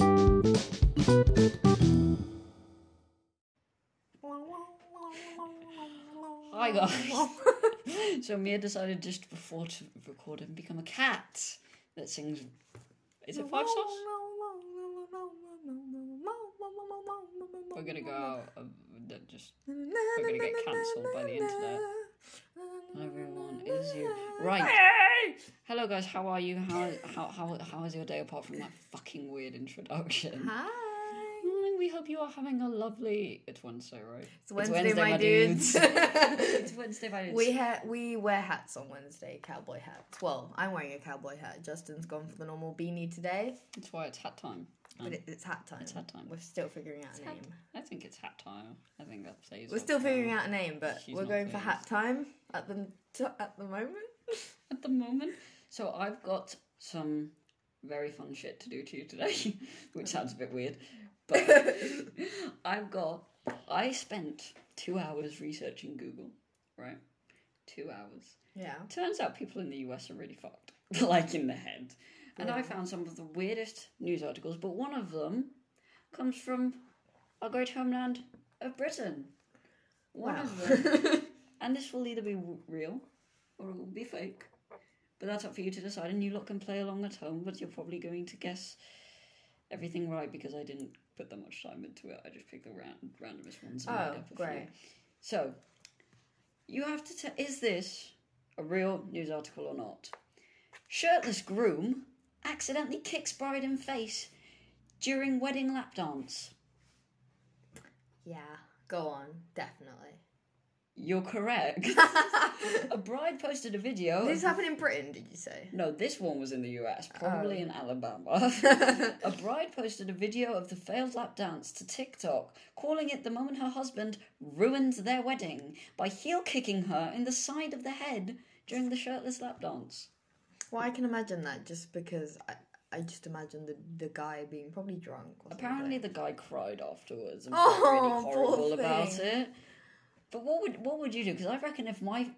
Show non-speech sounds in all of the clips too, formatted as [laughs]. Oh Hi guys. so Mia decided just before to record and become a cat that sings. Is it five stars? We're gonna go. out, Um, that just We're gonna get cancelled by the internet. everyone is you. Right. Hello guys. How are you? How how how how is your day apart from that fucking weird introduction? Hi. Mm, We hope you are having a lovely. It's Wednesday, right? It's Wednesday, my dudes. it's Wednesday, my [laughs] dudes. we ha- we wear hats on Wednesday, cowboy hats. Well, I'm wearing a cowboy hat. Justin's gone for the normal beanie today, That's why it's hat time. but it, it's hat time. It's hat time. We're still figuring out a name. I think it's hat time. I think that plays. We're still figuring out a name, but She's we're not going for pleased. hat time at the t- at the [laughs] moment. at the moment. So I've got some very fun shit to do to you today, [laughs] which sounds a bit weird, [laughs] but I've got. I spent two hours researching Google, right? Two hours. Yeah. Turns out people in the US are really fucked, [laughs] like in the head. And I Yeah. found some of the weirdest news articles, but one of them comes from our great homeland of Britain. [laughs] One Wow. of them and this will either be w- real or it will be fake. But that's up for you to decide, and you lot can play along at home, but you're probably going to guess everything right because I didn't put that much time into it. I just picked the ran- randomest ones. and made Oh, up a few. great. So, you have to tell is this a real news article or not? Shirtless groom accidentally kicks bride in face during wedding lap dance. yeah. Go on. Definitely. You're correct. [laughs] a bride posted a video. This happened in Britain, did you say? No, this one was in the US, probably in Alabama. a bride posted a video of the failed lap dance to TikTok, calling it the moment her husband ruined their wedding by heel kicking her in the side of the head during the shirtless lap dance. Well, I can imagine that just because I, I just imagine the, the guy being probably drunk. Or Apparently, something. the guy cried afterwards and Oh, felt really poor horrible thing. about it. But what would what would you do? Because I reckon if my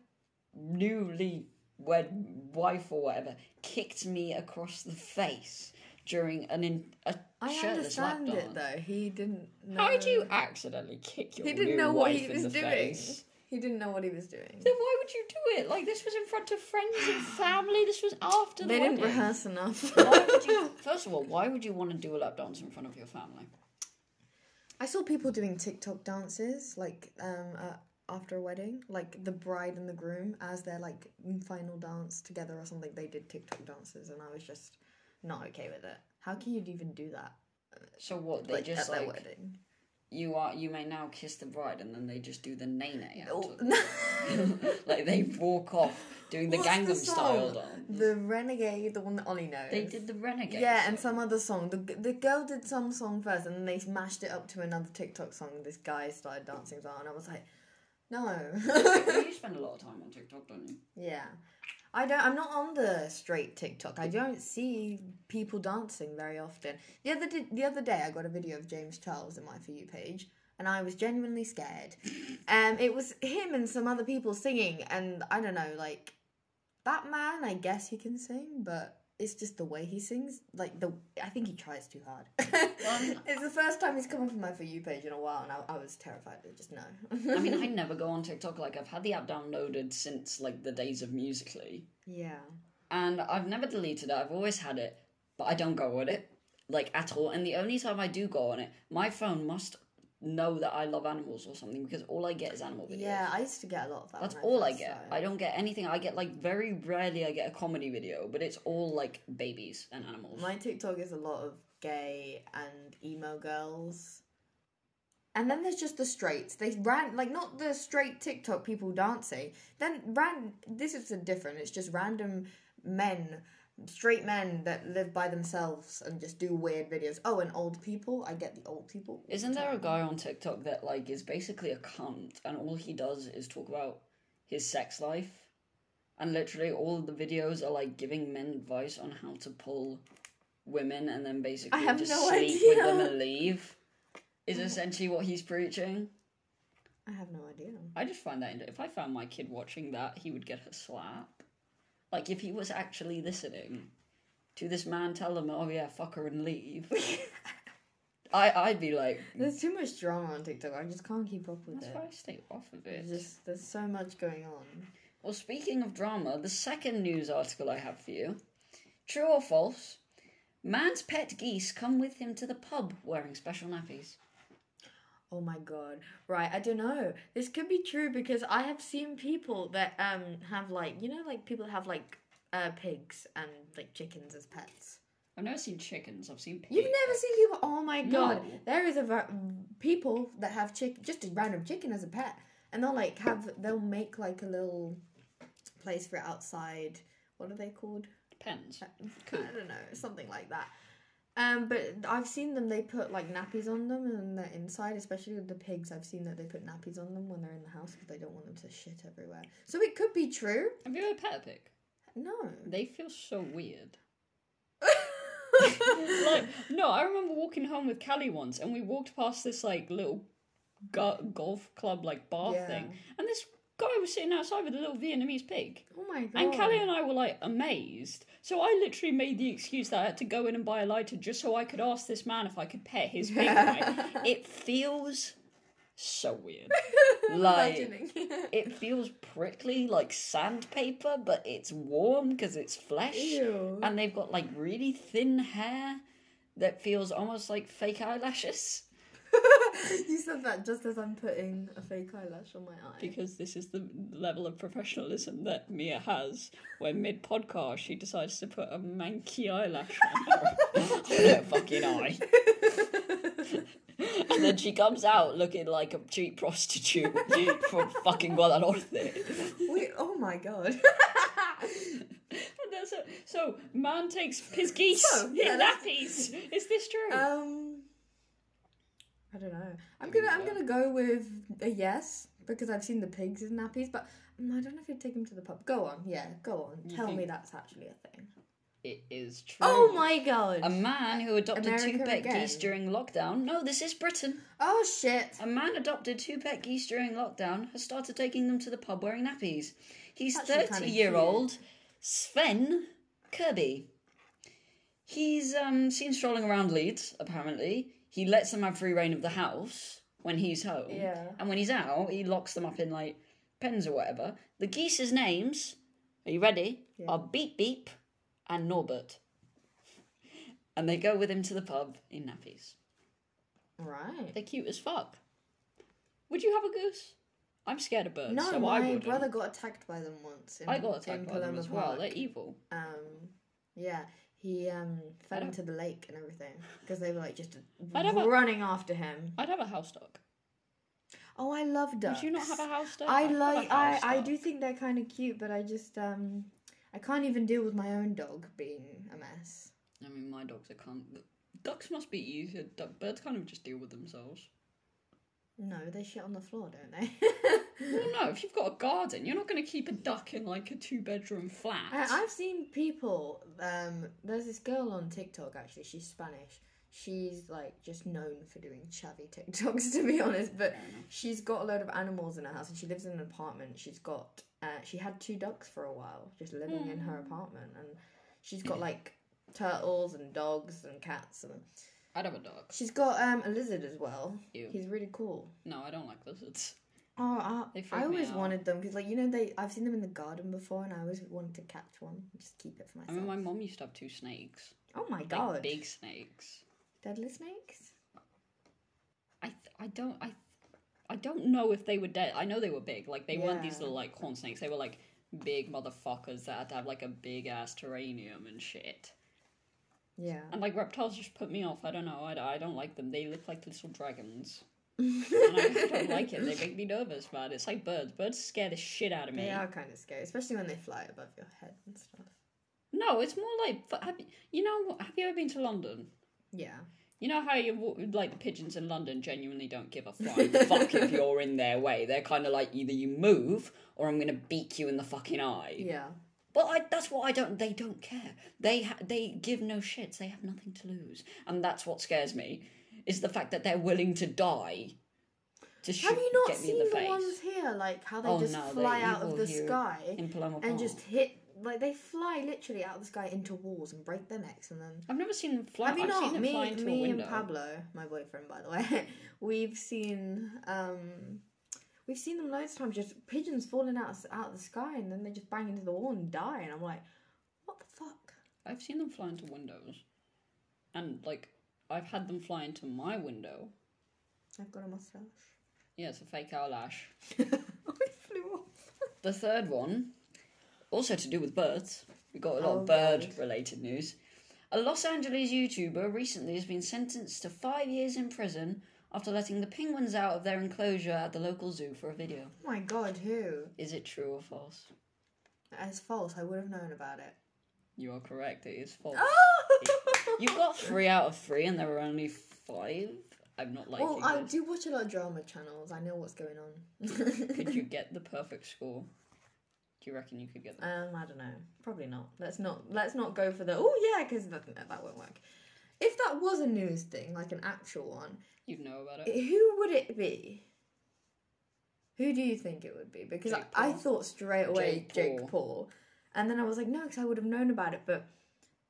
newly wed wife or whatever kicked me across the face during an in, a I shirtless lap understand dance. it though. He didn't. Know. How do you accidentally kick your He didn't new know what he wife in was the doing. face? He didn't know what he was doing. Then why would you do it? Like this was in front of friends [gasps] and family. This was after They the didn't wedding. rehearse [laughs] enough. Why would you? First of all, why would you want to do a lap dance in front of your family? I saw people doing TikTok dances like um uh, after a wedding, like the bride and the groom as their like final dance together or something. They did TikTok dances, and I was just not okay with it. How can you even do that? So what? They like just at like their wedding. you are. You may now kiss the bride, and then they just do the nay nay. [laughs] Oh, [laughs] like they walk off doing the What's Gangnam the Style song? dance. the renegade, the one that Ollie knows. They did the renegade. Yeah, and song. some other song. The, the girl did some song first, and then they smashed it up to another TikTok song. This guy started dancing as well, and I was like, no. [laughs] Well, you spend a lot of time on TikTok, don't you? yeah, I don't. I'm not on the straight TikTok. I don't see people dancing very often. The other di- the other day, I got a video of James Charles in my for you page. And I was genuinely scared. Um, it was him and some other people singing, and I don't know, like that man. I guess he can sing, but it's just the way he sings. Like the, I think he tries too hard. mean- [laughs] it's the first time he's come up on my for you page in a while, and I, I was terrified. I just no. [laughs] I mean, I never go on TikTok. Like I've had the app downloaded since like the days of Musically. yeah. and I've never deleted it. I've always had it, but I don't go on it like at all. And the only time I do go on it, my phone must know that I love animals or something because all I get is animal videos. Yeah, I used to get a lot of that. That's when all I first get. started. I don't get anything. I get like very rarely I get a comedy video, but it's all like babies and animals. My TikTok is a lot of gay and emo girls. And then there's just the straights. They ran like not the straight TikTok people dancing. Then ran this is a different. It's just random men, straight men that live by themselves and just do weird videos. Oh, and old people. I get the old people. Isn't there a guy on TikTok that like is basically a cunt and all he does is talk about his sex life? And literally all of the videos are like giving men advice on how to pull women and then basically I have just no sleep with them idea. and leave. Is essentially what he's preaching. I have no idea. [laughs] I just find that if I found my kid watching that, he would get a slap. Like if he was actually listening to this man tell them, "Oh yeah, fuck her and leave," I, I'd be like, There's too much drama on TikTok. I just can't keep up with that's it. why I stay off of it. There's just there's so much going on. Well, speaking of drama, the second news article I have for you true or false? Man's pet geese come with him to the pub wearing special nappies. Oh my god. Right, I don't know. This could be true because I have seen people that um have like you know like people have like uh pigs and like chickens as pets. I've never seen chickens, I've seen pigs. You've never seen people Oh my god. No. There is a ver- people that have chick just a random chicken as a pet and they'll like have they'll make like a little place for it outside. What are they called? pens. Cool. I don't know, something like that. Um, but I've seen them. They put like nappies on them, and they're inside, especially with the pigs. I've seen that they put nappies on them when they're in the house because they don't want them to shit everywhere. So it could be true. Have you ever pet a pig? No. [laughs] They feel so weird. like no, I remember walking home with Callie once, and we walked past this like little go- golf club like bar Yeah. thing, and this guy was sitting outside with a little Vietnamese pig. oh my god. And Callie and I were like amazed. So I literally made the excuse that I had to go in and buy a lighter just so I could ask this man if I could pet his pig. Yeah. right? It feels so weird. I'm like- imagining. It feels prickly like sandpaper, but it's warm because it's flesh. Ew. [laughs] And they've got like really thin hair that feels almost like fake eyelashes you said that just as I'm putting a fake eyelash on my eye. because this is the level of professionalism that Mia has when mid podcast she decides to put a manky eyelash on her, on [laughs] her fucking eye. and then she comes out looking like a cheap [laughs] prostitute from fucking Guadalupe. Wait, oh my god. [laughs] And that's it. So, man takes his geese So, yeah, in that's- nappies. Is this true? Um, I don't know. I'm gonna I'm gonna go with a yes because I've seen the pigs in nappies, but mm, I don't know if you'd take them to the pub. Go on, yeah, go on. Tell me think- that's actually a thing. it is true. Oh my god! A man who adopted two America pet again. geese during lockdown. No, this is Britain. oh shit! A man adopted two pet geese during lockdown has started taking them to the pub wearing nappies. He's That's actually 30 kinda year old Sven Kirby. He's um, seen strolling around Leeds, apparently. He lets them have free reign of the house when he's home. Yeah. And when he's out, he locks them up in like pens or whatever. The geese's names, are you ready? Yeah. Are Beep Beep and Norbert. And they go with him to the pub in nappies. Right. They're cute as fuck. Would you have a goose? I'm scared of birds, No, so I my wouldn't. brother got attacked by them once. In, I got in attacked by them Paloma as well. Park. They're evil. Um, yeah, he um fell don't- into the lake and everything because they were like just I don't know. running after him. I'd have a house dog. Oh, I love ducks. Would you not have a house dog? [laughs] I I'd have a like I, house I dog. do think they're kind of cute, but I just um I can't even deal with my own dog being a mess. I mean, my dogs are can't. Ducks must be easier. Duck, birds kind of just deal with themselves. No, they shit on the floor, don't they? [laughs] Well, no, if you've got a garden, you're not going to keep a duck in like a two bedroom flat. I, I've seen people. Um, there's this girl on TikTok actually. She's Spanish. She's like just known for doing chavvy TikToks, [laughs] to be honest. But she's got a load of animals in her house, and she lives in an apartment. She's got. Uh, she had two ducks for a while, just living in her apartment, and she's got like turtles and dogs and cats and I'd have a dog. She's got um, a lizard as well. Ew. He's really cool. No, I don't like lizards. Oh, I, They freak I me always out. wanted them because, like, you know, they I've seen them in the garden before, and I always wanted to catch one and just keep it for I myself. mean, my mom used to have two snakes. oh my Like, god, big snakes. deadly [laughs] snakes. I th- I don't I th- I don't know if they were dead. I know they were big. Like they weren't these Yeah. little like corn snakes. They were like big motherfuckers that had to have like a big ass terrarium and shit. Yeah. And like reptiles just put me off. I don't know. I, I don't like them. They look like little dragons. and I [laughs] just don't like it. They make me nervous, man. It's like birds. Birds scare the shit out of me. They are kind of scary, especially when they fly above your head and stuff. No, it's more like f- have you, you know what- have you ever been to London? Yeah. You know how you wa- like the pigeons in London genuinely don't give a flying fuck if you're in their way. They're kind of like either you move or I'm gonna beak you in the fucking eye. Yeah. But I, that's what I don't. They don't care. They ha- they give no shits. They have nothing to lose, and that's what scares me. Is the fact that they're willing to die to shoot Have you not get me seen in the, the face ones here, like how they Oh, just no, they're fly out of evil the here sky in Paloma and Park. just hit like they fly literally out of the sky into walls and break their necks and then I've never seen them fly. I mean have seen not them fly me into a me and window. Pablo, my boyfriend by the way, [laughs] we've seen um we've seen them loads of times just pigeons falling out out of the sky and then they just bang into the wall and die and I'm like, What the fuck? I've seen them fly into windows, and like I've had them fly into my window. I've got a mustache. [laughs] Yeah, it's a fake owl ash. I flew off. The third one, also to do with birds, we got a lot Oh, of bird God. related news. A Los Angeles YouTuber recently has been sentenced to five years in prison after letting the penguins out of their enclosure at the local zoo for a video. Oh my god, who? Is it true or false? That's false. I would have known about [laughs] it. You are correct, it is false. Oh! You got three out of three, and there were only five. I'm not liking Well, I this. do watch a lot of drama channels. I know what's going on. [laughs] Could you get the perfect score? Do you reckon you could get that? Um, I don't know. Probably not. Let's not. Let's not go for the. Oh yeah, because that, that won't work. If that was a news thing, like an actual one, You'd know about it. it- who would it be? Who do you think it would be? Because I, Jake I Paul. thought straight away Jake Jake, Paul. Paul, and then I was like, no, because I would have known about it. But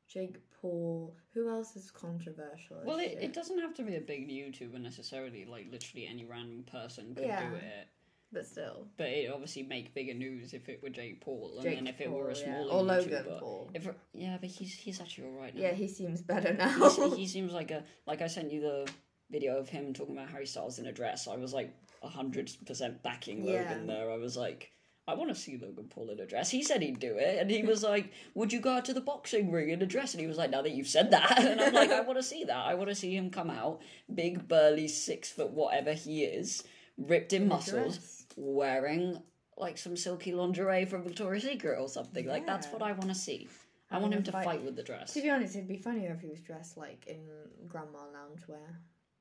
Jake Paul. Who else is controversial? as Well, it, shit? it doesn't have to be a big YouTuber necessarily. Like literally any random person could Yeah. do it. but still, But it obviously make bigger news if it were Jake Paul, and Jake then if it Paul, were a yeah. smaller or Logan YouTuber. Paul. If it- yeah, but he's he's actually all right now. Yeah, he seems better now. [laughs] He's- he seems like a like I sent you the video of him talking about Harry Styles in a dress. I was like hundred percent backing Logan Yeah. there. I was like. I want to see Logan Paul in a dress. He said he'd do it, and he was like, "Would you go out to the boxing ring in a dress?" And he was like, "Now that you've said that," [laughs] and I'm like, "I want to see that. I want to see him come out, big, burly, six foot, whatever he is, ripped in muscles, Dress. wearing like some silky lingerie from Victoria's Secret or something. Like that's Yeah. what I want to see. I, I want wanna him to fight- fight, with the dress. To be honest, it'd be funnier if he was dressed like in grandma loungewear,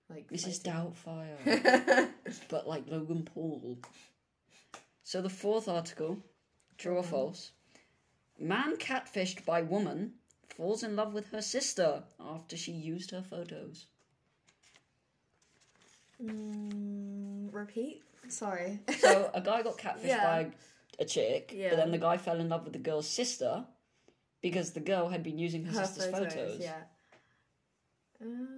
like Mrs. like- Doubtfire, [laughs] but like Logan Paul. So the fourth article, true Mm-hmm. or false? Man catfished by woman falls in love with her sister after she used her photos. mm, repeat. Sorry. [laughs] So a guy got catfished Yeah. by a chick, Yeah. but then the guy fell in love with the girl's sister because the girl had been using her, Her sister's photos. Yeah. Um.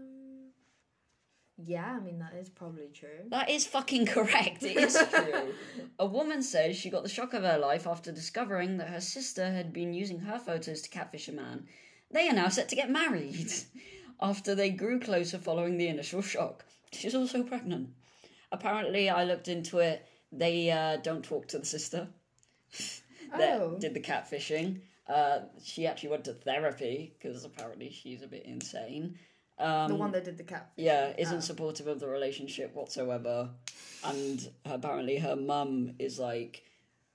Yeah, I mean that is probably true. That is fucking [laughs] correct. It is true. a woman says she got the shock of her life after discovering that her sister had been using her photos to catfish a man. They are now set to get married [laughs] after they grew closer following the initial shock. She's also pregnant. Apparently, I looked into it. They uh, don't talk to the sister that um, Oh. did the catfishing. Uh, she actually went to therapy because apparently she's a bit insane. Um, the one that did the cat. yeah, isn't supportive of the relationship whatsoever. And apparently her mum is like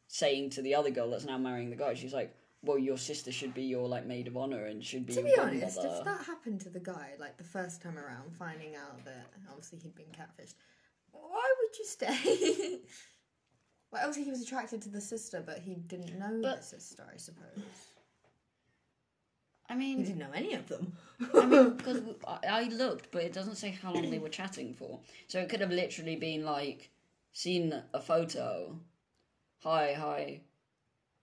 saying to the other girl that's now marrying the guy, she's like, Well, your sister should be your like maid of honor and should be To your be honest, godmother." if that happened to the guy, like the first time around, finding out that obviously he'd been catfished, why would you stay? [laughs] well, obviously he was attracted to the sister, but he didn't know the But- sister, I suppose. I He mean didn't know any of them. [laughs] I mean because I, I looked but it doesn't say how long they were chatting for. So it could have literally been like seen a photo. Hi, hi.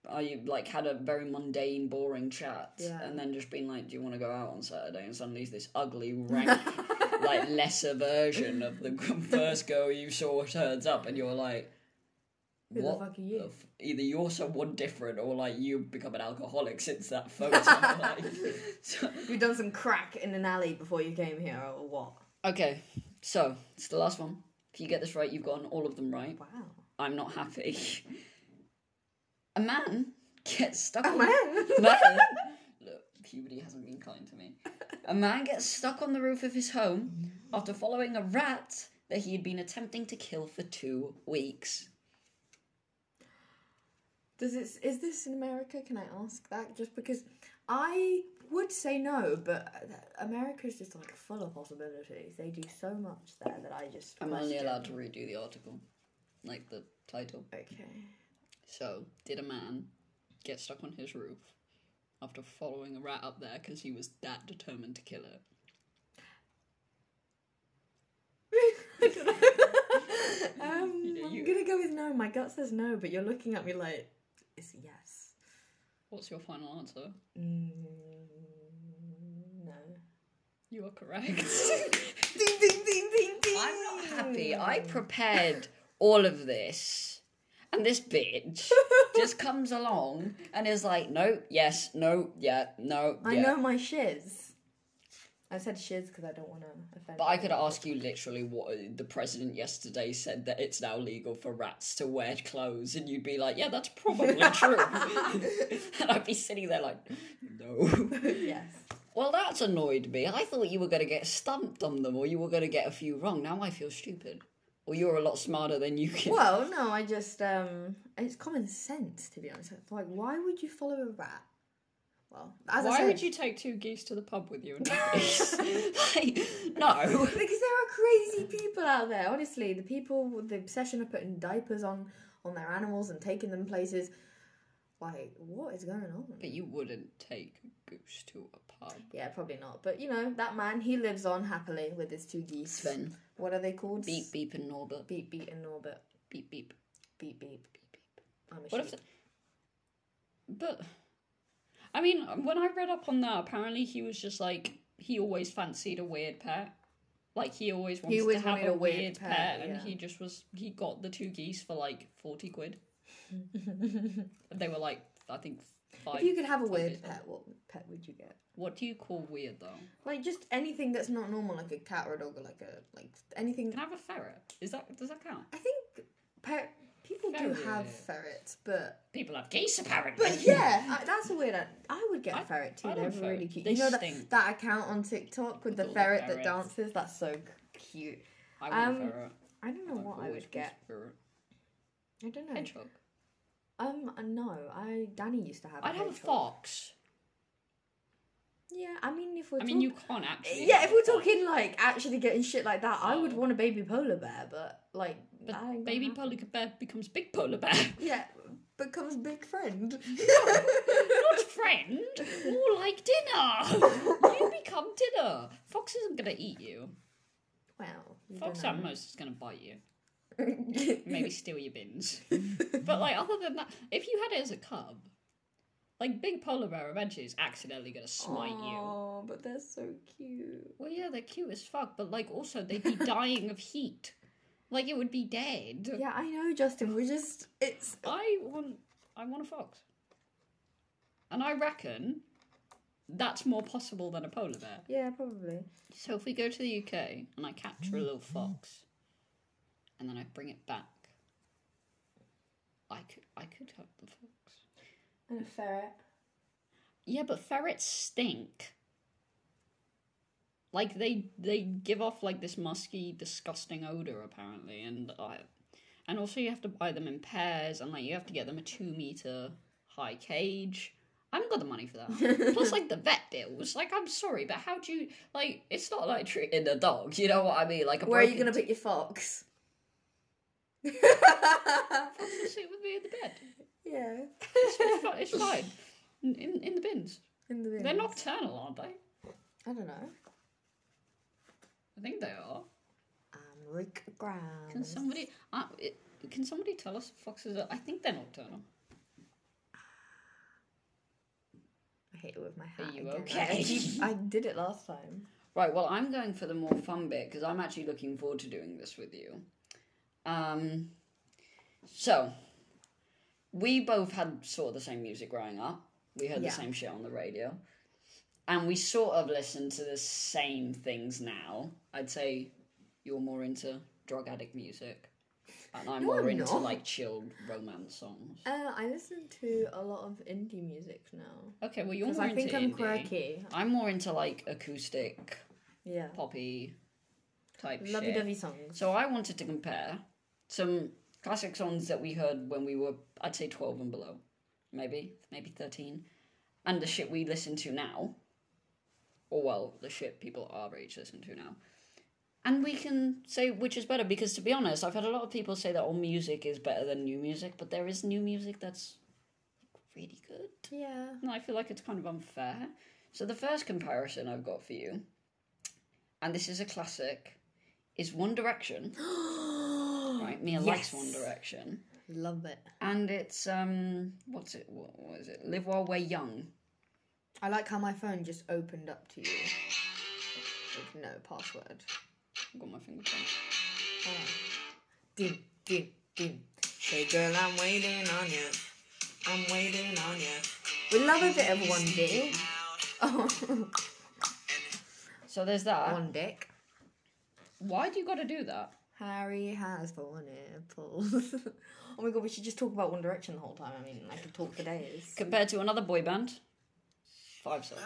I like had a very mundane, boring chat, Yeah. and then just been like, "Do you want to go out on Saturday?" And suddenly, it's this ugly, rank, [laughs] like lesser version of the g- first girl you saw turns up, and you're like, Who the "What? fuck are you?" the f- Either you're someone different, or like you've become an alcoholic since that photo." [laughs] like, so- You've done some crack in an alley before you came here, or what? okay, so it's the last one. If you get this right, you've gotten all of them right. Wow. I'm not happy. [laughs] A man gets stuck. A on- [laughs] man? Man- [laughs] Look, puberty hasn't been kind to me. A man gets stuck on the roof of his home after following a rat that he had been attempting to kill for two weeks. Does it, is this in America? Can I ask that? Just because I would say no, but America is just like full of possibilities. They do so much there that I just. I'm only question. allowed to redo the article, like the title. Okay. So, did a man get stuck on his roof after following a rat up there because he was that determined to kill it? [laughs] I don't know. [laughs] um, You- I'm you- gonna go with no. My gut says no, but you're looking at me like it's a yes. What's your final answer? Mm, no. You [laughs] are correct. Ding ding ding ding ding. I'm not happy. I prepared all of this, and this bitch just comes along and is like, no, yes, no, yeah, no, [laughs] I yeah. know my shiz. I said shiz because I don't want to offend. But I could anyone. ask you literally what the president yesterday said that it's now legal for rats to wear clothes, and you'd be like, yeah, [laughs] that's probably true. [laughs] and I'd be sitting there like, no. [laughs] yes. Well, that's annoyed me. I thought you were going to get stumped on them or you were going to get a few wrong. Now I feel stupid. Or you're a lot smarter than you can. Well, no, I just um, it's common sense to be honest. It's like, why would you follow a rat? Well, as I Why said, would you [laughs] take two geese to the pub with you [laughs] and like, no. because there are crazy people out there. Honestly, the people with the obsession of putting diapers on on their animals and taking them places. Like, what is going on? But you wouldn't take a goose to a pub. Yeah, probably not. But you know, that man, he lives on happily with his two geese. Sven. What are they called? Beep, beep, and Norbert. beep, beep, and Norbert. Beep, beep. Beep, beep, beep, beep. I'm a What if. sheep. The... But. I mean, when I read up on that, apparently he was just like, he always fancied a weird pet. Like he always wanted always to have wanted a a weird weird pet, pet, and yeah. he just was he got the two geese for like [laughs] forty quid. they were like I think five. If you could have a five weird years old. pet, what pet would you get? What do you call weird though? Like just anything that's not normal, like a cat or a dog, or like a like anything. Can I have a ferret? Is that does that count? I think pet people do have Ferret. ferrets, but People have geese apparently. but yeah, I, that's a weird. I, I would get I- a ferret too. I They're love ferrets. really cute. They you know that stink. that account on TikTok with, With the all the ferret that ferrets. dances. That's so cute. [laughs] I want Um, a ferret. I don't know I've what I always would get. wanted a ferret. I don't know. Hedgehog. Um, no, I Danny used to have. I'd have a hedgehog. fox. Yeah, I mean if we're I mean, you talk- can't actually. yeah, have if we're a fox. talking like actually getting shit like that, I would Oh. want a baby polar bear, but like But that ain't gonna baby happen. polar bear becomes big polar bear. [laughs] Yeah, becomes big friend. [laughs] Not friend, more like dinner. you become dinner. Fox isn't gonna eat you. well, [laughs] you Fox at don't know. most is gonna bite you. [laughs] Maybe steal your bins. but like other than that, if you had it as a cub, like big polar bear eventually is accidentally gonna smite you. Oh, but they're so cute. Well yeah, they're cute as fuck, but like also they'd be dying of heat. Like it would be dead. Yeah, I know, Justin. We're just it's I want I want a fox. And I reckon that's more possible than a polar bear. yeah, probably. So if we go to the UK and I capture a little fox, and then I bring it back, I could I could have the fox. And a ferret. Yeah, but ferrets stink. Like they they give off like this musky, disgusting odor apparently, and I, and also you have to buy them in pairs, and like you have to get them a two meter high cage. I haven't got the money [laughs] for that. Plus, like the vet bills. Like, I'm sorry, but how do you like? It's not like treating a dog. You know what I mean? Like, a Where are you broken gonna put your [laughs] fox? [laughs] Just sit with me in the bed. yeah, It's, it's, fi- it's fine. In, in in the bins. in the bin. They're nocturnal, aren't they? I don't know. I think they are. I'm Rick Grimes. Can somebody uh, it, can somebody tell us if foxes are? I think they're nocturnal. I hit it with my hat. you again. okay? I, keep- [laughs] I did it last time. Right. Well, I'm going for the more fun bit because I'm actually looking forward to doing this with you. Um. So, we both had sort of the same music growing up. We heard Yeah. the same shit on the radio, and we sort of listen to the same things now. I'd say you're more into drug addict music, and I'm No, more I'm into not. like chilled romance songs. Uh, I listen to a lot of indie music now Okay. Well, you're because more I into think I'm indie. quirky. I'm more into like acoustic, Yeah, poppy type shit. lovey-dovey songs. So I wanted to compare some classic songs that we heard when we were, I'd say, 12 and below, maybe, maybe 13, and the shit we listen to now, or well, the shit people our age listen to now. And we can say which is better because, to be honest, I've had a lot of people say that old music is better than new music, but there is new music that's really good. Yeah. [gasps] And I feel like it's kind of unfair. So the first comparison I've got for you, and this is a [gasps] classic, is One Direction. right, Mia likes Yes. One Direction. Love it. and it's um, what's it? What, what is it? Live while we're young. I like how my phone just opened up to you with no password. I've got my fingerprint. Oh. Dim, dim, dim. Hey girl, I'm waiting on you. I'm waiting on you. We love a bit of one dick. Oh, So there's that. one dick. Why do you got to do that? Harry has one apple. [laughs] oh my god, we should just talk about One Direction the whole time. I mean, I could talk for days. Compared to another boy band, Five Star.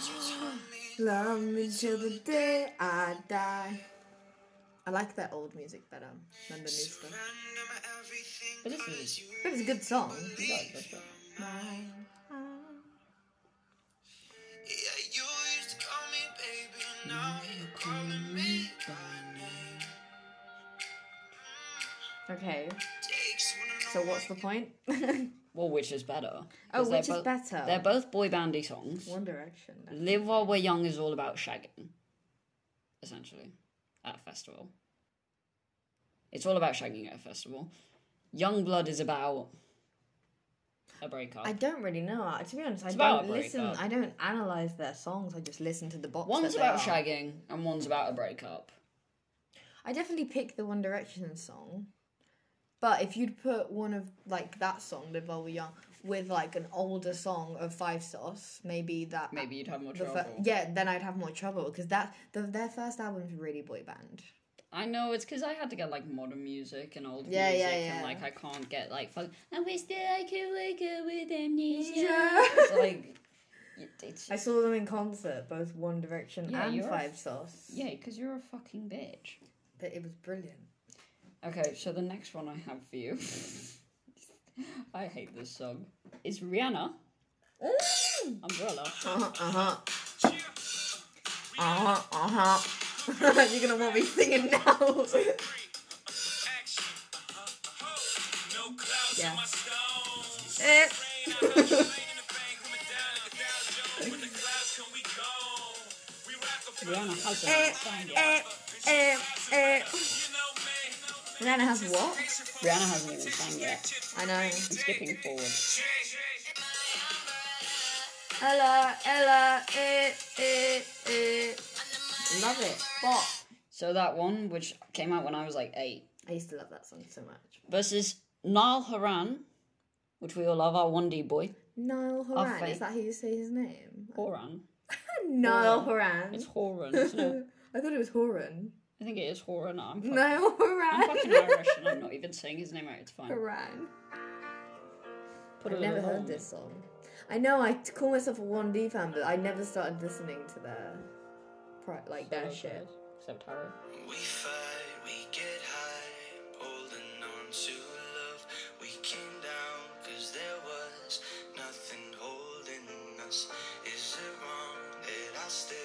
[laughs] Love me till the day I die. I like their old music better than the new stuff. But this is But it's a good song. that's- that's right. Okay, so what's the point? [laughs] Well, which is better? oh, 'Cause they're which is both- better? They're both boy bandy songs. One Direction. then. Live While We're Young is all about shagging, essentially, at a festival. It's all about shagging at a festival. Young Blood is about a breakup. I don't really know. I- To be honest, I It's about don't a listen. breakup. I don't analyze their songs. I just listen to the box. that one's they about are. shagging and one's about a breakup. I definitely pick the One Direction song, but if you'd put one of like that song, "Live While We're Young," with like an older song of Five Sauce, maybe that Maybe you'd have more the fir- trouble. yeah, then I'd have more trouble because that the, their first album's really boy band. I know it's because I had to get like modern music and old Yeah, music, yeah, yeah. and like I can't get like fuck. I wish that I could wake up with amnesia. Yeah. [laughs] It's like it, it's I saw them in concert, both One Direction Yeah, and you're a- Five Sauce. yeah, because you're a fucking bitch. But it was brilliant. Okay, so the next one I have for you. [laughs] I hate this song. It's Rihanna. Umbrella. Uh huh. Uh huh. Uh huh. [laughs] You're gonna want me singing now. [laughs] Yeah. Eh. Rihanna has a Eh, song. eh, eh, eh. Rihanna has what? Rihanna hasn't even sang yet. I know. I'm skipping forward. Ella, Ella, eh, eh, eh. Love it. Bop. So that one, which came out when I was like eight, I used to love that song so much. versus Niall Horan, which we all love, our 1D boy. Niall Horan, Horan. is Is that how you say his name? Horan. Niall Horan. It's Horan, isn't it? I thought it was Horan. I think it is Horan. I'm, fuck- Niall I'm [laughs] fucking Horan. Irish and I'm not even saying his name out. It's fine. Horan. Put a I've never little hole heard in it. this song. I know I t- call myself a 1D fan, but I never started listening to their, pro- like their Except shit. Harry. We fight, we get high, holding on to love. We came down cause there was nothing holding us. Is it wrong that I still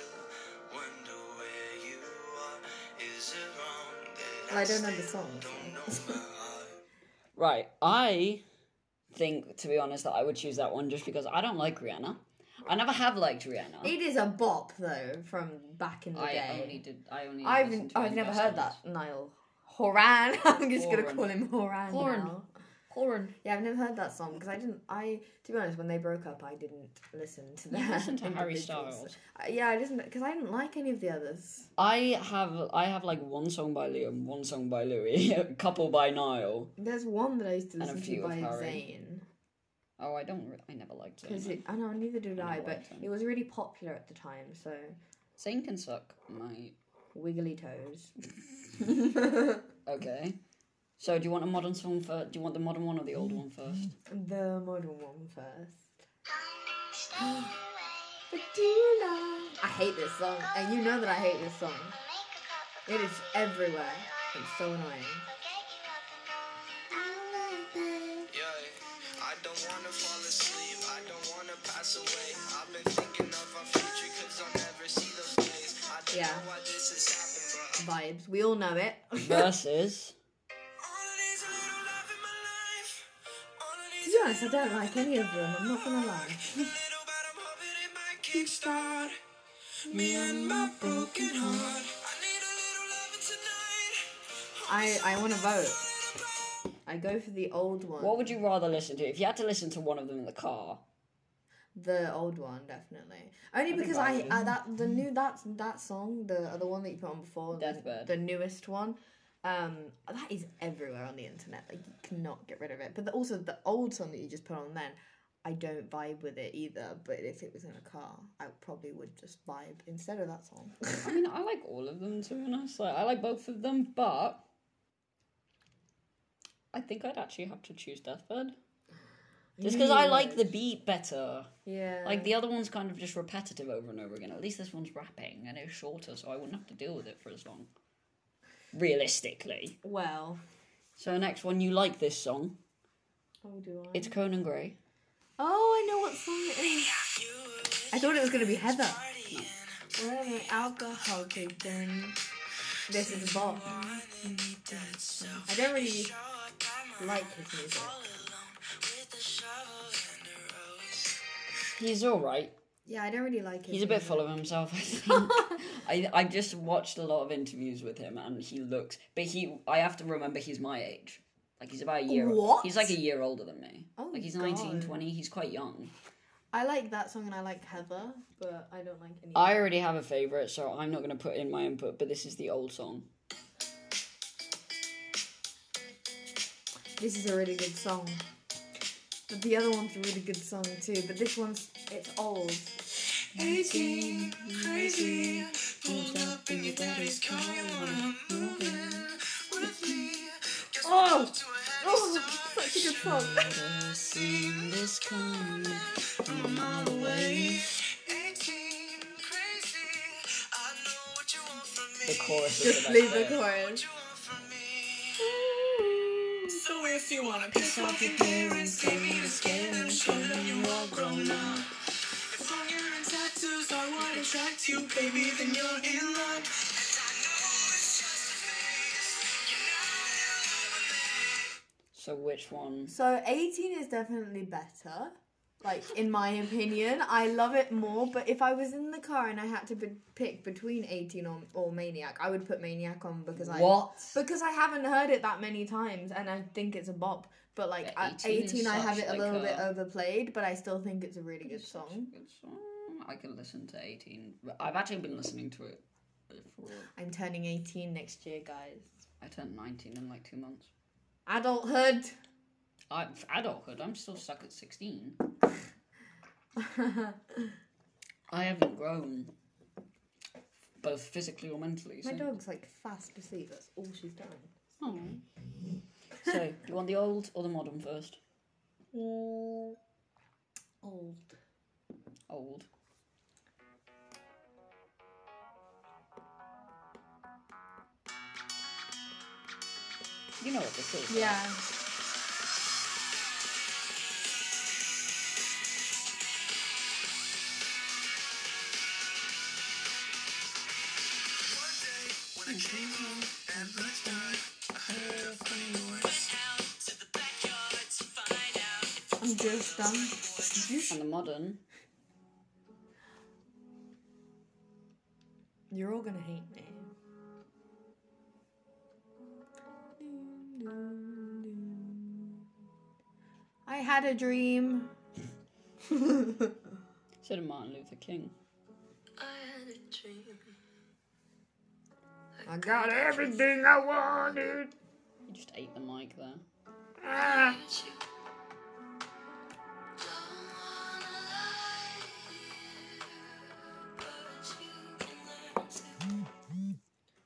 wonder where you are? Is it wrong that Well, I, I don't know still the song. so- don't know my heart? Right. I think, to be honest, that I would choose that one just because I don't like Rihanna. I never have liked Rihanna. It is a bop though from back in the I day. only did. I only. I've listened to oh, I've her never best heard songs. that Niall Horan. [laughs] I'm just Horan. gonna call him Horan. Horan. Now. Yeah, I've never heard that song because I didn't. I to be honest, when they broke up, I didn't listen to them. listen to Harry Styles. uh, yeah, I didn't because I didn't like any of the others. I have. I have like one song by Liam, one song by Louis, [laughs] a couple by Niall. There's one that I used to And a listen few to of by Harry. Zayn Oh, I don't. Re- I never liked because Zayn. it. I know neither did I I, never but liked him. it was really popular at the time. So Zayn can suck my. Wiggly [laughs] Toes. [laughs] Okay. So do you want a modern song first? Do you want the modern one or the old one first? [laughs] The modern one first. But do you know? I hate this song, and you know that I hate this song. It is everywhere. It's so annoying. Yeah, I don't wanna fall asleep, I don't wanna pass away. I've been thinking of our future cause I'll never see those days. I don't Yeah. know why this has happened, but Vibes. We all know it. [laughs] Versus. all of these little love in my life. All of to these be honest, I don't like any of them. I'm not gonna lie. [laughs] little but I'm hoping it [laughs] might kickstart me and my broken heart. I need a little loving tonight. I I want to vote. I I go for the old one. What would you rather listen to? If you had to listen to one of them in the car, The old one, definitely. Only I think because I I, would. I that the new that that song, the the one that you put on before, the- Deathbed. the newest one. Um, that is everywhere on the internet. Like you cannot get rid of it. But the, also the old song that you just put on then, I don't vibe with it either. But if it was in a car, I probably would just vibe instead of that song. [laughs] I mean, I like all of them to be honest. Like, I like both of them, but I think I'd actually have to choose Deathbed just because I like the beat better. yeah, Like the other one's kind of just repetitive over and over again. At least this one's rapping and it's shorter, so I wouldn't have to deal with it for as long. Realistically. well. So next one, you like this song? Oh, do I? It's Conan Gray. oh, I know what song it is. I thought it was gonna be Heather. We're an alcoholic again. This is a bop. I don't really like his music. He's all right. Yeah, I don't really like his He's a bit music. [laughs] full of himself. I think. I I just watched a lot of interviews with him, and he looks. But he, I have to remember, he's my age. Like he's about a year. What? He's like a year older than me. Oh, like he's God. 19, 20. He's quite young. I like that song and I like Heather, but I don't like any. I already have a favorite, so I'm not going to put in my input. But this is the old song. This is a really good song. But the other one's a really good song too, but this one's, it's old. 18, crazy, pulled up in your daddy's car, you wanna move in with me? Guess we're Oh! off to a heady Oh, such a good song. Never seen this coming. from all the way. 18, crazy, I know what you want from me. [laughs] The chorus is Just the leave the best. bit. chorus. What you want from me? So if you wanna pick off up your your parents, parents, take me to skin and show them you're all grown up. As long as your tattoos are what attract you, baby, then you're in love. And I know it's just a phase. You're So not in love with which one? So 18 is definitely better. Like in my opinion, I love it more. But if I was in the car and I had to be- pick between 18 or, or Maniac, I would put Maniac on because I What? because I haven't heard it that many times, and I think it's a bop. But like Yeah, at 18 is 18, I have such it a like little a- bit overplayed, but I still think it's a really good song. Good song. I can listen to 18. But I've actually been listening to it for. I'm turning 18 next year, guys. I turned 19 in like two months. Adulthood. [laughs] I, adulthood, I'm still stuck at 16. I haven't grown, both physically or mentally. My so- dog's like fast asleep. That's all she's done. Aw. so, do you want the old or the modern first? Old. Old. You know what this is. right? Yeah. One day, when I came home at lunchtime, I heard a funny noise. I'm just done. And the modern. You're all gonna hate me. I had a [laughs] dream. So did Martin Luther King. I had a dream. I got everything I wanted. You just ate the mic there. Ah.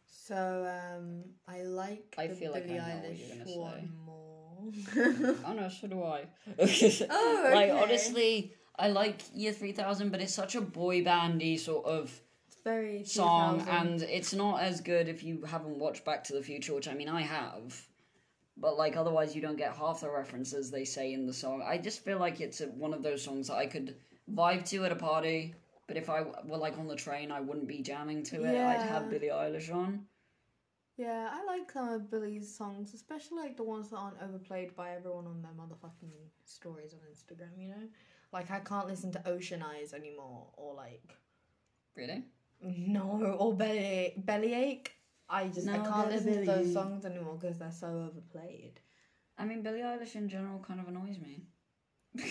So um, I like I the feel like I Billie know what Eilish you're gonna one say. [laughs] more. [laughs] Oh no, so do I. Oh, okay. Like honestly, I like Year Three Thousand, but it's such a boy bandy sort of it's very song, 2000. and it's not as good if you haven't watched Back to the Future, which I mean I have. But like otherwise, you don't get half the references they say in the song. I just feel like it's a, one of those songs that I could vibe to at a party, but if I were like on the train, I wouldn't be jamming to it. I'd Yeah. have Billie Eilish on. yeah, I like some of Billie's songs, especially like the ones that aren't overplayed by everyone on their motherfucking stories on Instagram. You know, like I can't listen to Ocean Eyes anymore, or like Really? No, or belly bellyache. I just I No, can't they're listen to those bellyache. songs anymore because they're so overplayed. I mean, Billie Eilish in general kind of annoys me. [laughs]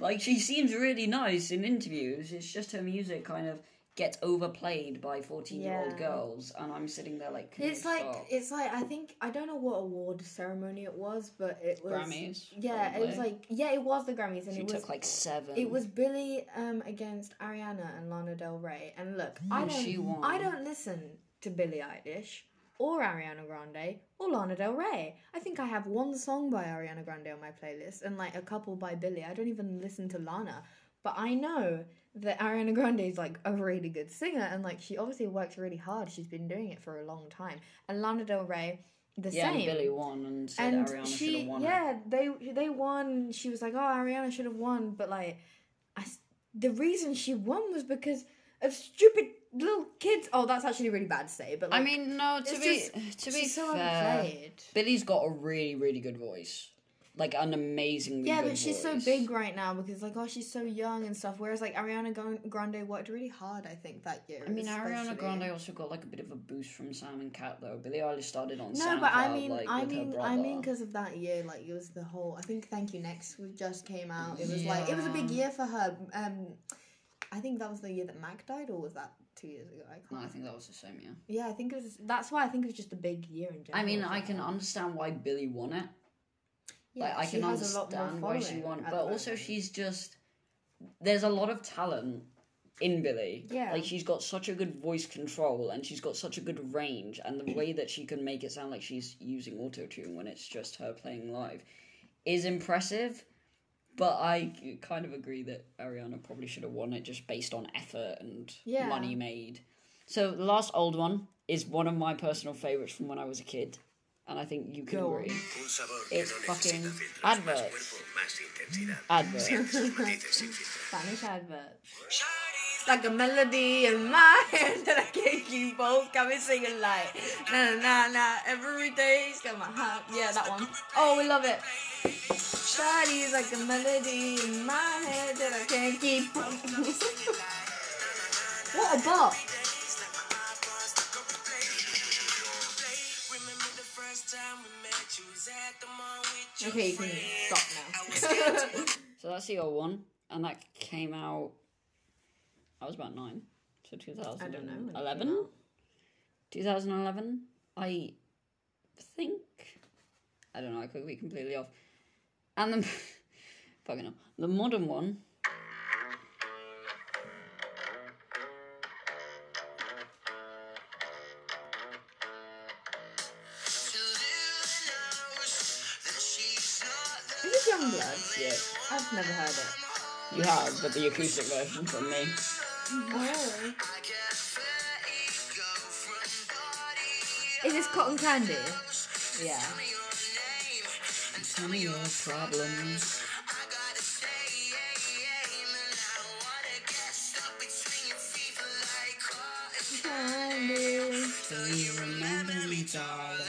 like, she seems really nice in interviews. It's just her music kind of gets overplayed by 14 year Yeah. old girls, and I'm sitting there like, Can It's you like stop? it's like I think I don't know what award ceremony it was, but it was Grammys. Yeah, it was probably. like yeah, it was the Grammys, and She it was took like seven. it was Billy um against Ariana and Lana Del Rey. And look, I And don't she won. I don't listen to Billie Eilish or Ariana Grande or Lana Del Rey. I think I have one song by Ariana Grande on my playlist and like a couple by Billie. I don't even listen to Lana, but I know that Ariana Grande is like a really good singer and like she obviously works really hard. She's been doing it for a long time. And Lana Del Rey the yeah, same and Billy won, and said and Ariana should she have won. it. yeah they they won she was like oh ariana should have won but like I s the reason she won was because of stupid little kids oh that's actually really bad to say but like, I mean, no. To it's be just- to be she's so fair, underplayed Billy's got a really, really good voice, like an amazingly. yeah good but she's so voice. big right now because like oh she's so young and stuff whereas like ariana Gon- grande worked really hard i think that year I mean, especially. Ariana Grande also got like a bit of a boost from Sam and Cat, though. Billie Eilish started on no, SoundCloud, but I mean, like I with her mean, brother. I mean, because of that year, like it was the whole. I think Thank You Next was just came out. It was like it was a big Yeah. year for her. Um, I think that was the year that Mac died, or was that two years ago? I can't. no, I think that was the same year. Yeah, I think it was. That's why I think it was just a big year in general. I mean, for I her. can understand why Billy won it. like, I she can has a lot more understand why she following won, at but the also moment. she's just there's a lot of talent in Billy. Yeah. like she's got such a good voice control and she's got such a good range, and the way that she can make it sound like she's using auto tune when it's just her playing live is impressive. But I kind of agree that Ariana probably should have won it just based on effort and Yeah. money made. So the last old one is one of my personal favorites from when I was a kid, and I think you can Go on. agree. Un sabor que It's no necesita fucking filtros, adverts. más cuerpo, más intensidad. Advert. Sus matices sin filtro. Spanish adverts. Like a melody in my [laughs] head that I can't keep both. Got me singing like na na na na every day's got my heart. Yeah, that one. Oh, we love it. Shawty's like a melody in my head that I can't keep [laughs] up. what a bop. Okay, you can stop now. [laughs] So that's the old one, and that came out. I was about nine, so two thousand. I don't know when it came Eleven. out. Two thousand eleven. I think. I don't know. I could be completely off. And the [laughs] fucking hell, the modern one. Is this Youngblood? Yeah, I've never heard it. you have, but the acoustic version from me. Oh. Is this cotton candy? Yeah. Tell me your problems. Candy. Do you remember me, darling?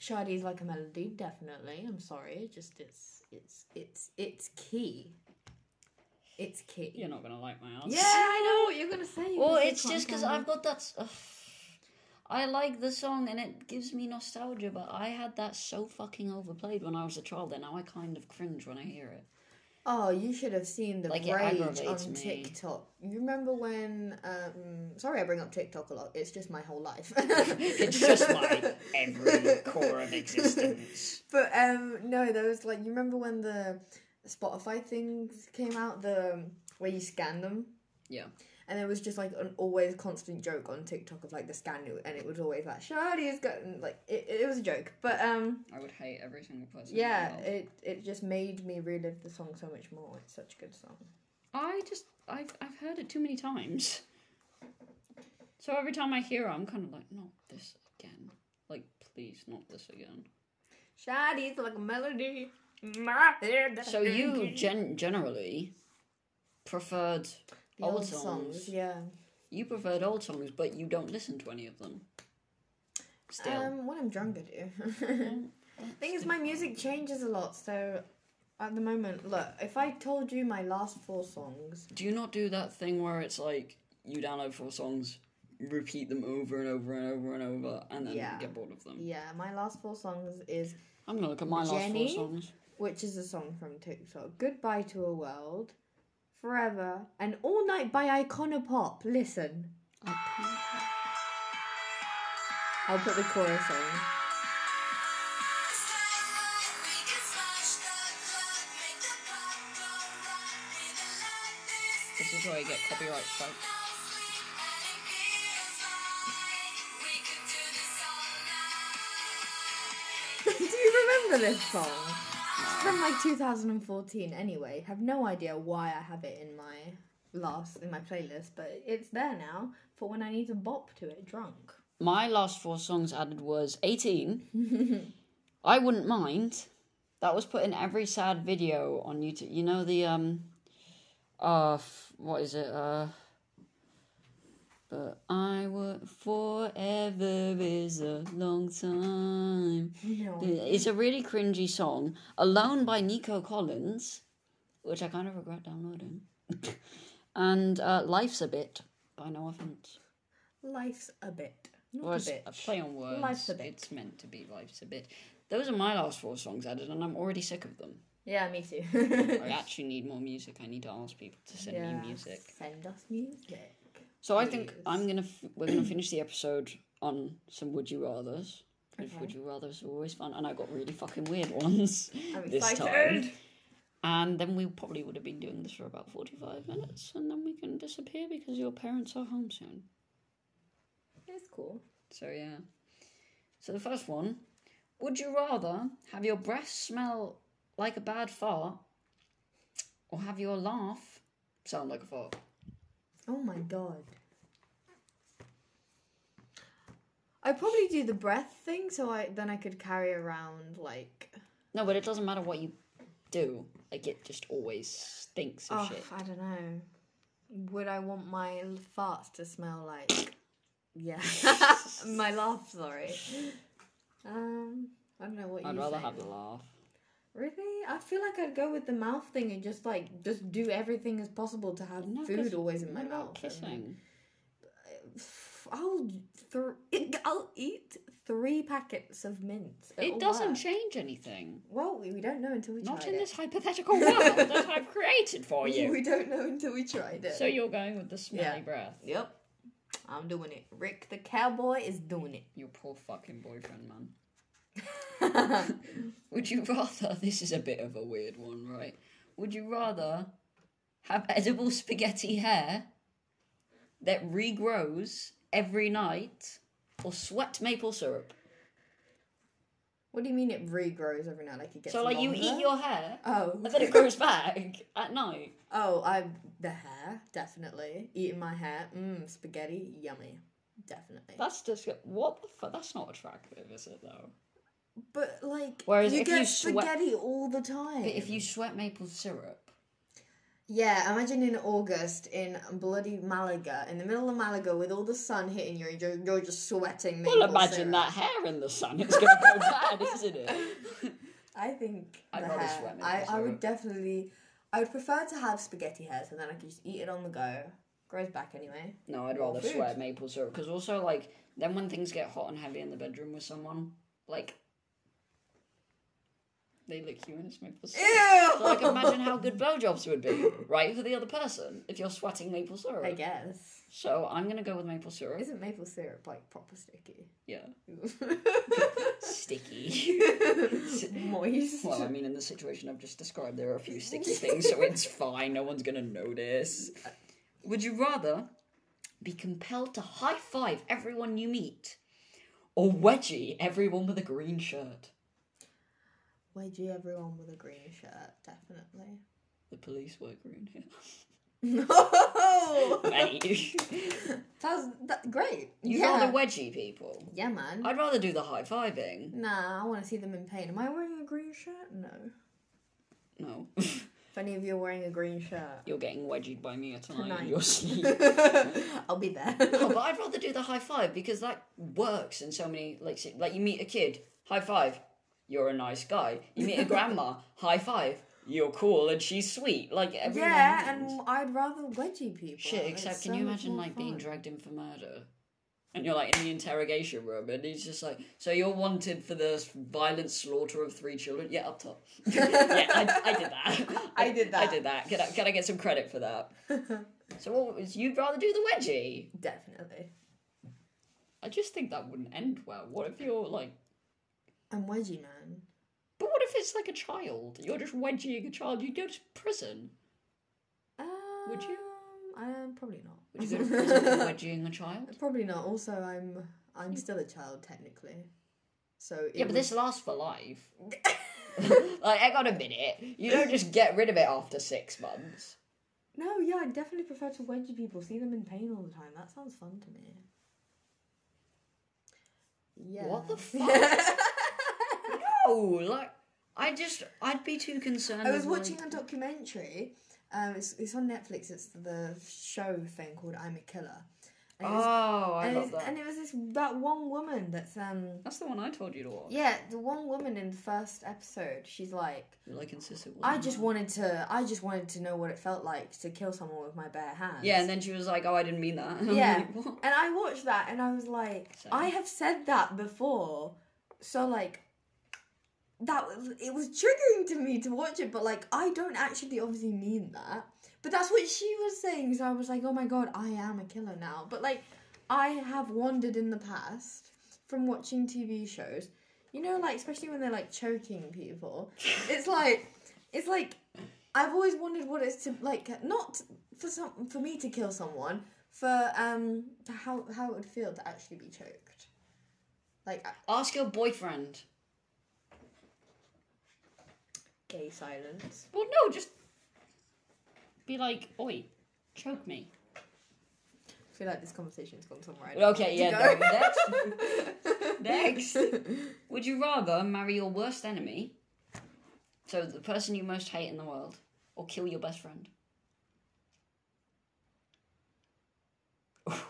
Shardy's like a melody, definitely. I'm sorry, it just it's it's it's it's key. It's key. You're not gonna like my answer. Yeah, I know what you're gonna say. You're Well, gonna say it's just because cotton I've got that. s- Ugh. I like the song and it gives me nostalgia, but I had that so fucking overplayed when I was a child, and now I kind of cringe when I hear it. Oh, you should have seen the Like, it rage aggravates on me. TikTok. You remember when? Um, sorry, I bring up TikTok a lot. It's just my whole life. [laughs] It's just like every core of existence. [laughs] But um, no, there was like you remember when the Spotify things came out, the where you scan them [laughs] Yeah. And there was just like an always constant joke on TikTok of like the scan new, and it was always like Shadi has gotten like it, it was a joke, but um I would hate every single person. in the yeah, world. it it just made me relive the song so much more. It's such a good song. I just I've I've heard it too many times. So every time I hear it, I'm kind of like, not this again. Like, please, not this again. Shadi's like a melody. in My head that I So can't you keep. gen- generally preferred The old songs. yeah. You preferred old songs, but you don't listen to any of them. Still. Mm-hmm. Um, when I'm drunk, I [laughs] do. Thing is, my music changes a lot, so at the moment, look, if I told you my last four songs, do you not do that thing where it's like you download four songs, repeat them over and over and over and over and then Yeah. get bored of them. Yeah, my last four songs is I'm gonna look at my last Jenny? four songs. which is a song from TikTok. Goodbye to a world, forever, and all night by Iconopop. Listen, I'll put the chorus on. [laughs] This is where you get copyright strike. Do you remember this song? It's from like 2014. Anyway, have no idea why I have it in my last in my playlist, but it's there now for when I need to bop to it drunk. My last four songs added was 18. I wouldn't mind. That was put in every sad video on YouTube. You know the um, uh, f- what is it? Uh, but I would forever is a long time. No. It's a really cringy song. Alone by Nico Collins, which I kind of regret downloading. [laughs] and uh, Life's a Bit by No Offense. Life's a bit. Not Well, a it's bit. a play on words. Life's a bit. It's meant to be life's a bit. Those are my last four songs added, and I'm already sick of them. Yeah, me too. I actually need more music. I need to ask people to [laughs] send Yeah, me music. Send us music. So I think Please. I'm gonna f- we're gonna finish the episode on some would you rather's. Because Okay. Would you rather's are always fun, and I got really fucking weird ones I'm this excited. time. And then we probably would have been doing this for about forty-five minutes, and then we can disappear because your parents are home soon. It's cool. So yeah. So the first one, would you rather have your breath smell like a bad fart, or have your laugh sound like a fart? Oh my god. I probably do the breath thing so I then I could carry around like No, but it doesn't matter what you do. Like it just always stinks of oh shit. I don't know. Would I want my l- farts to smell like yeah [laughs] my laugh sorry. Um I don't know what I'd you rather say. have the laugh. Really? I feel like I'd go with the mouth thing and just like just do everything as possible to have No, 'cause food always in my what about mouth. and- Kissing. I'll th- I'll eat three packets of mints. It'll It doesn't work. change anything. Well, we we don't know until we Not tried in it. [laughs] this hypothetical world that I've created for you. We don't know until we tried it. So you're going with the smelly Yeah. breath. yep, I'm doing it. Rick the cowboy is doing [laughs] Your poor fucking boyfriend, man. it. Would you rather? [laughs] This is a bit of a weird one, right? Would you rather have edible spaghetti hair that regrows every night or sweat maple syrup? what do you mean it regrows every night? Like it gets so, like, you eat longer? your hair oh and then it grows back [laughs] at night. oh I the hair definitely eating my hair. Mmm, spaghetti, yummy, definitely. That's just what the fuck? That's not attractive, is it though? But like, Whereas you if get you sweat- spaghetti all the time. But if you sweat maple syrup, Yeah, imagine in August in bloody Malaga, in the middle of Malaga with all the sun hitting you, and you're, you're just sweating. well, maple syrup. imagine that hair in the sun. It's gonna [laughs] go bad, isn't it? I think I'd the rather hair. sweat maple I, I syrup. would definitely. I would prefer to have spaghetti hair, so then I could just eat it on the go. Grows back anyway. No, I'd rather food. sweat maple syrup because also like then when things get hot and heavy in the bedroom with someone, like they lick you and it's maple syrup. Ew! [laughs] So, like imagine how good blowjobs would be, right, for the other person if you're sweating maple syrup. I guess So I'm gonna go with maple syrup. isn't maple syrup like proper sticky? [laughs] yeah, sticky. [laughs] Moist. well, I mean, in the situation I've just described, there are a few sticky things, so [laughs] it's fine. No one's gonna notice. Would you rather be compelled to high five everyone you meet, or wedgie everyone with a green shirt? Wedgie everyone with a green shirt, [laughs] definitely. The police were green here, No, mate. [laughs] that was that, great. You'd yeah, rather wedgie people. yeah, man. I'd rather do the high fiving. Nah, I want to see them in pain. Am I wearing a green shirt? No. No, [laughs] If any of you are wearing a green shirt, you're getting wedgied by me tonight, Tonight. in your sleep. I'll be there. [laughs] Oh, but I'd rather do the high five because that works in so many like si- like you meet a kid, high five, you're a nice guy. [laughs] You meet a grandma, high five, you're cool and she's sweet. Like everyone. yeah, wins. and I'd rather wedgie people. shit. It's Except, so can you much imagine more like being fun. dragged in for murder? and you're like in the interrogation room, and he's just like, "So you're wanted for the violent slaughter of three children?" Yeah, up top. yeah, I, I did that. [laughs] I did that. I did that. Can I, can I get some credit [laughs] for that? so what was you'd rather do the wedgie? [laughs] Definitely. I just think that wouldn't end well. What if you're like, I'm wedgie man. but what if it's like a child? You're just wedgieing a child. You'd go to prison. Um, Would you? Um, probably not. Would [laughs] you go to prison for wedgieing a child? probably not. Also, I'm I'm still a child technically, so it Yeah, but would- this lasts [laughs] for life. like, hang on a minute. You don't just get rid of it after six months. No, yeah, I definitely prefer to wedgie people, see them in pain all the time. That sounds fun to me. Yeah. [laughs] What the fuck? No, like, I just, I'd be too concerned. I was with, watching like- a documentary. Um, it's, it's on Netflix. It's the show thing called I'm a Killer. And it was- Oh, I and, love it's- that. and it was this that one woman that's um That's the one I told you to watch. yeah the one woman in the first episode. She's like, Really Like, insistent. I just wanted to I just wanted to know what it felt like to kill someone with my bare hands. Yeah, and then she was like, "Oh, I didn't mean that." [laughs] And I'm yeah. like, "What?" And I watched that and I was like, So- I have said that before. So like that was, it was triggering to me to watch it, but like I don't actually obviously mean that. But that's what she was saying, so I was like, "Oh my god, I am a killer now." But like I have wandered in the past from watching TV shows. You know like especially when they're like choking [laughs] people. It's like it's like I've always wondered what it's to like not for some for me to kill someone for um to how how it would feel to actually be choked. Like uh, a- Ask your boyfriend. gay silence. Well, no, just be like, "Oi, choke me." I feel like this conversation's gone somewhere. I don't Okay, yeah. want No, next, to [laughs] next. go. Would you rather marry your worst enemy, so the person you most hate in the world, or kill your best friend? [laughs]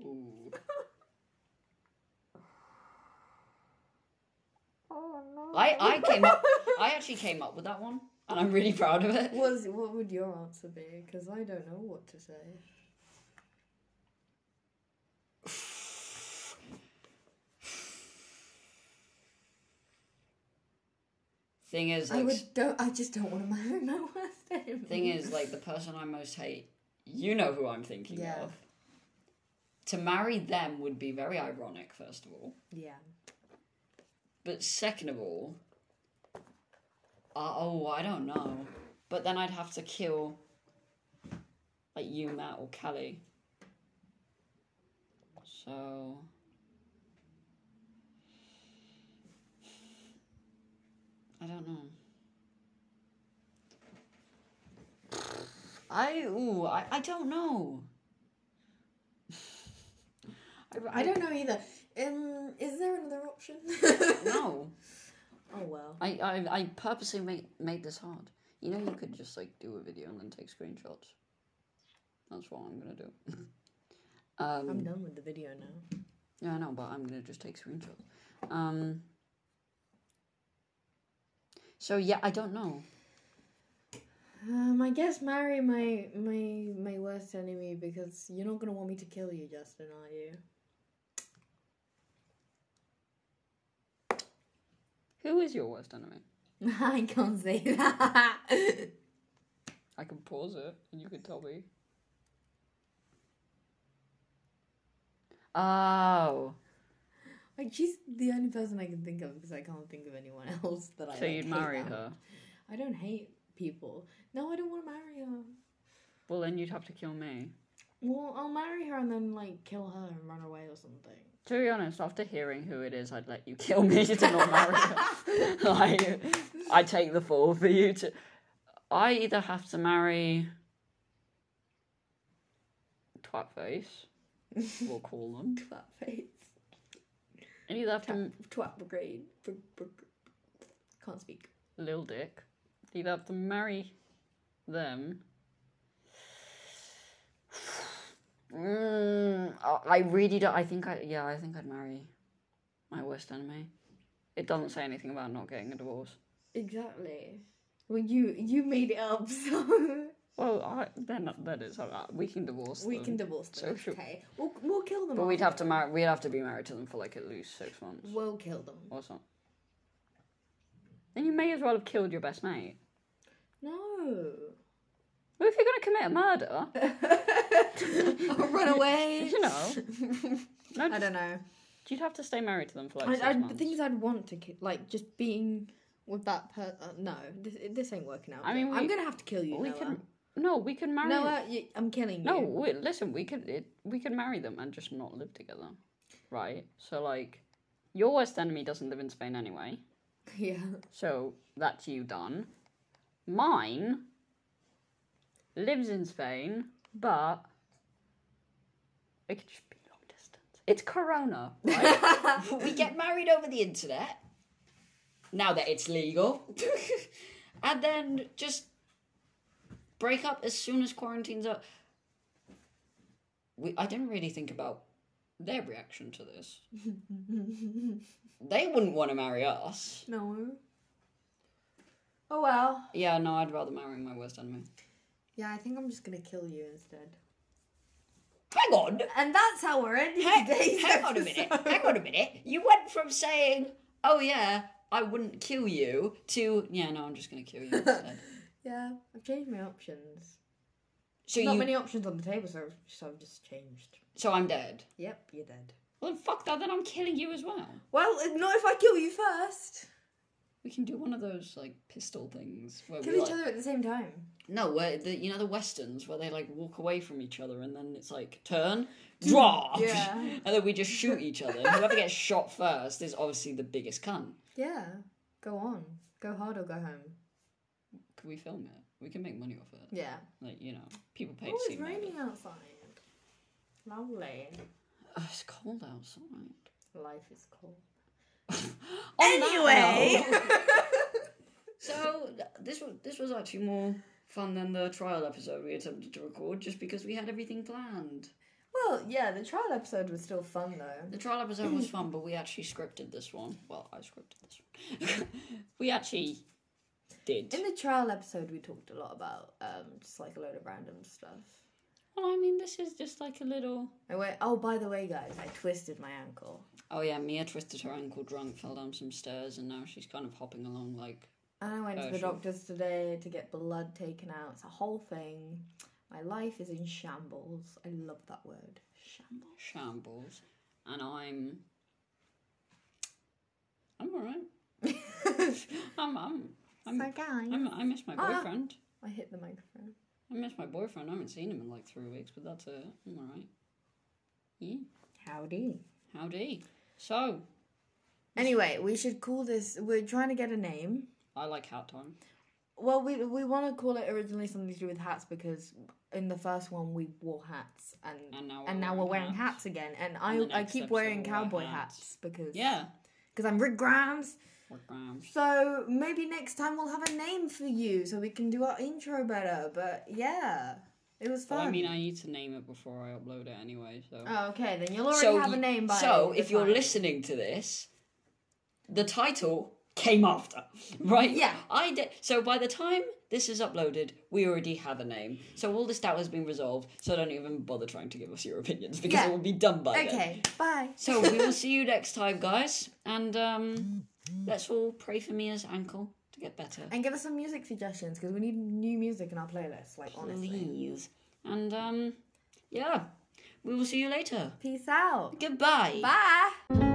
Ooh. I, I came up I actually came up with that one and I'm really proud of [laughs] it. What is- what would your answer be? Because I don't know what to say. Thing is I like would don't. I just don't want to marry my [laughs] worst enemy. thing is [laughs] like the person I most hate, you know who I'm thinking Yeah. of. To marry them would be very ironic, first of all. yeah. But second of all, uh, oh, I don't know. But then I'd have to kill like you, Matt, or Callie. So. I don't know. I ooh, I, I don't know. [laughs] I don't know either. Um, is there another option? [laughs] know. Oh well. I, I, I purposely made, made this hard. You know, you could just like do a video and then take screenshots. That's what I'm gonna do. [laughs] um, I'm done with the video now. yeah, I know, but I'm gonna just take screenshots. Um, so yeah, I don't know. Um, I guess marry my my my worst enemy because you're not gonna want me to kill you, Justin, are you? Who is your worst enemy? [laughs] I can't say that. I can pause it and you can tell me. Oh, [laughs] like she's the only person I can think of because I can't think of anyone else that I. so like, you'd hate marry that her. much. I don't hate people. No, I don't want to marry her. Well, then you'd have to kill me. Well, I'll marry her and then like kill her and run away or something. To be honest, after hearing who it is, I'd let you kill me [laughs] to not marry her. like, I take the fall for you to. I either have to marry Twatface, we'll call them. Twat face. I either have to Twat brigade. Br- br- br- Can't speak. Lil Dick. I either have to marry them. Mm, I I really don't. I think I yeah. I think I'd marry my worst enemy. It doesn't say anything about not getting a divorce. Exactly. Well, you you made it up, [laughs] so Well, I, they're not. That is alright. We can divorce We them. can divorce them. Social. Okay. We'll, we'll kill them. But we'd all. have to marry. We'd have to be married to them for like at least six months We'll kill them. or something. Then you may as well have killed your best mate. No. Well, if you're gonna commit a [laughs] murder, I'll [laughs] [laughs] run away. you know, no, [laughs] I don't know. you'd have to stay married to them for like six I, I, the months. thing is, I'd want to ki- like just being with that person. no, this, this ain't working out. I mean, I'm we- gonna have to kill you. we Noah. can no, we can marry. Noah, you, I'm killing you. No, we, listen, we could it, we could marry them and just not live together, right? So like, your worst enemy doesn't live in Spain anyway, [laughs] Yeah. so that's you done. Mine lives in Spain, but it could just be long distance. It's Corona, right? [laughs] we get married over the internet now that it's legal, [laughs] and then just break up as soon as quarantine's up. We, I didn't really think about their reaction to this. they wouldn't want to marry us. No. Oh well. Yeah, no, I'd rather marry my worst enemy. Yeah, I think I'm just gonna kill you instead. Hang on, And that's how we're ending today's hang on a minute, episode. hang on a minute. You went from saying, "Oh yeah, I wouldn't kill you," to, "Yeah, no, I'm just gonna [laughs] kill you." Instead. [laughs] Yeah, I've changed my options. so Not you, many options on the table, so so I've just changed. so I'm dead. Yep, you're dead. Well, then fuck that. Then I'm killing you as well. Well, not if I kill you first. We can do one of those like pistol things where Kill we each like, other at the same time. No, where the you know the westerns where they like walk away from each other and then it's like turn, drop, Mm, Yeah. [laughs] and then we just shoot each other. And Whoever gets shot first is obviously the biggest cunt. Yeah. Go on. Go hard or go home. Could we film it? We can make money off it. Yeah. Like you know, people pay Oh, to see it's murder. raining outside. Lovely. Oh, it's cold outside. Life is cold. On that Anyway. note- so th- this was this was actually more fun than the trial episode we attempted to record, just because we had everything planned. Well, yeah, the trial episode was still fun though. The trial episode was fun, but we actually scripted this one. Well, I scripted this one. [laughs] we actually did. In the trial episode, we talked a lot about um, just like a load of random stuff. Well, I mean, this is just like a little. I went, oh, by the way, guys, I twisted my ankle. Oh yeah, Mia twisted her ankle drunk, fell down some stairs, and now she's kind of hopping along like. And I went Oh, to the sure. doctor's today to get blood taken out. It's a whole thing. My life is in shambles. I love that word. Shambles. shambles, and I'm. I'm alright. [laughs] I'm I'm I'm. So, guys. I'm, I miss my Ah. boyfriend. I hit the microphone. I miss my boyfriend. I haven't seen him in like three weeks, but that's it. I'm alright. Yeah. Howdy. Howdy. So Anyway, we should call this. We're trying to get a name. I like hat time. Well, we we want to call it originally something to do with hats because in the first one we wore hats and And now we're and now we're wearing wearing hats, hats. again. And the I I next keep episode wearing we'll wear cowboy hats. hats. because Yeah. because I'm Rick Grimes. Work round. So maybe next time we'll have a name for you so we can do our intro better. But yeah, it was fun. Well, I mean, I need to name it before I upload it anyway. So. oh, okay, then you'll already have a y- name by so the if you're time. listening to this, the title came after, [laughs] right? Yeah. I did. So by the time this is uploaded, we already have a name. So all this doubt has been resolved. So don't even bother trying to give us your opinions because Yeah. it will be done by then. Okay, bye. So [laughs] we will see you next time, guys, and um, let's all pray for Mia's ankle to get better, and give us some music suggestions because we need new music in our playlist. Like honestly, please. And um, yeah, we will see you later. peace out. Goodbye. Bye.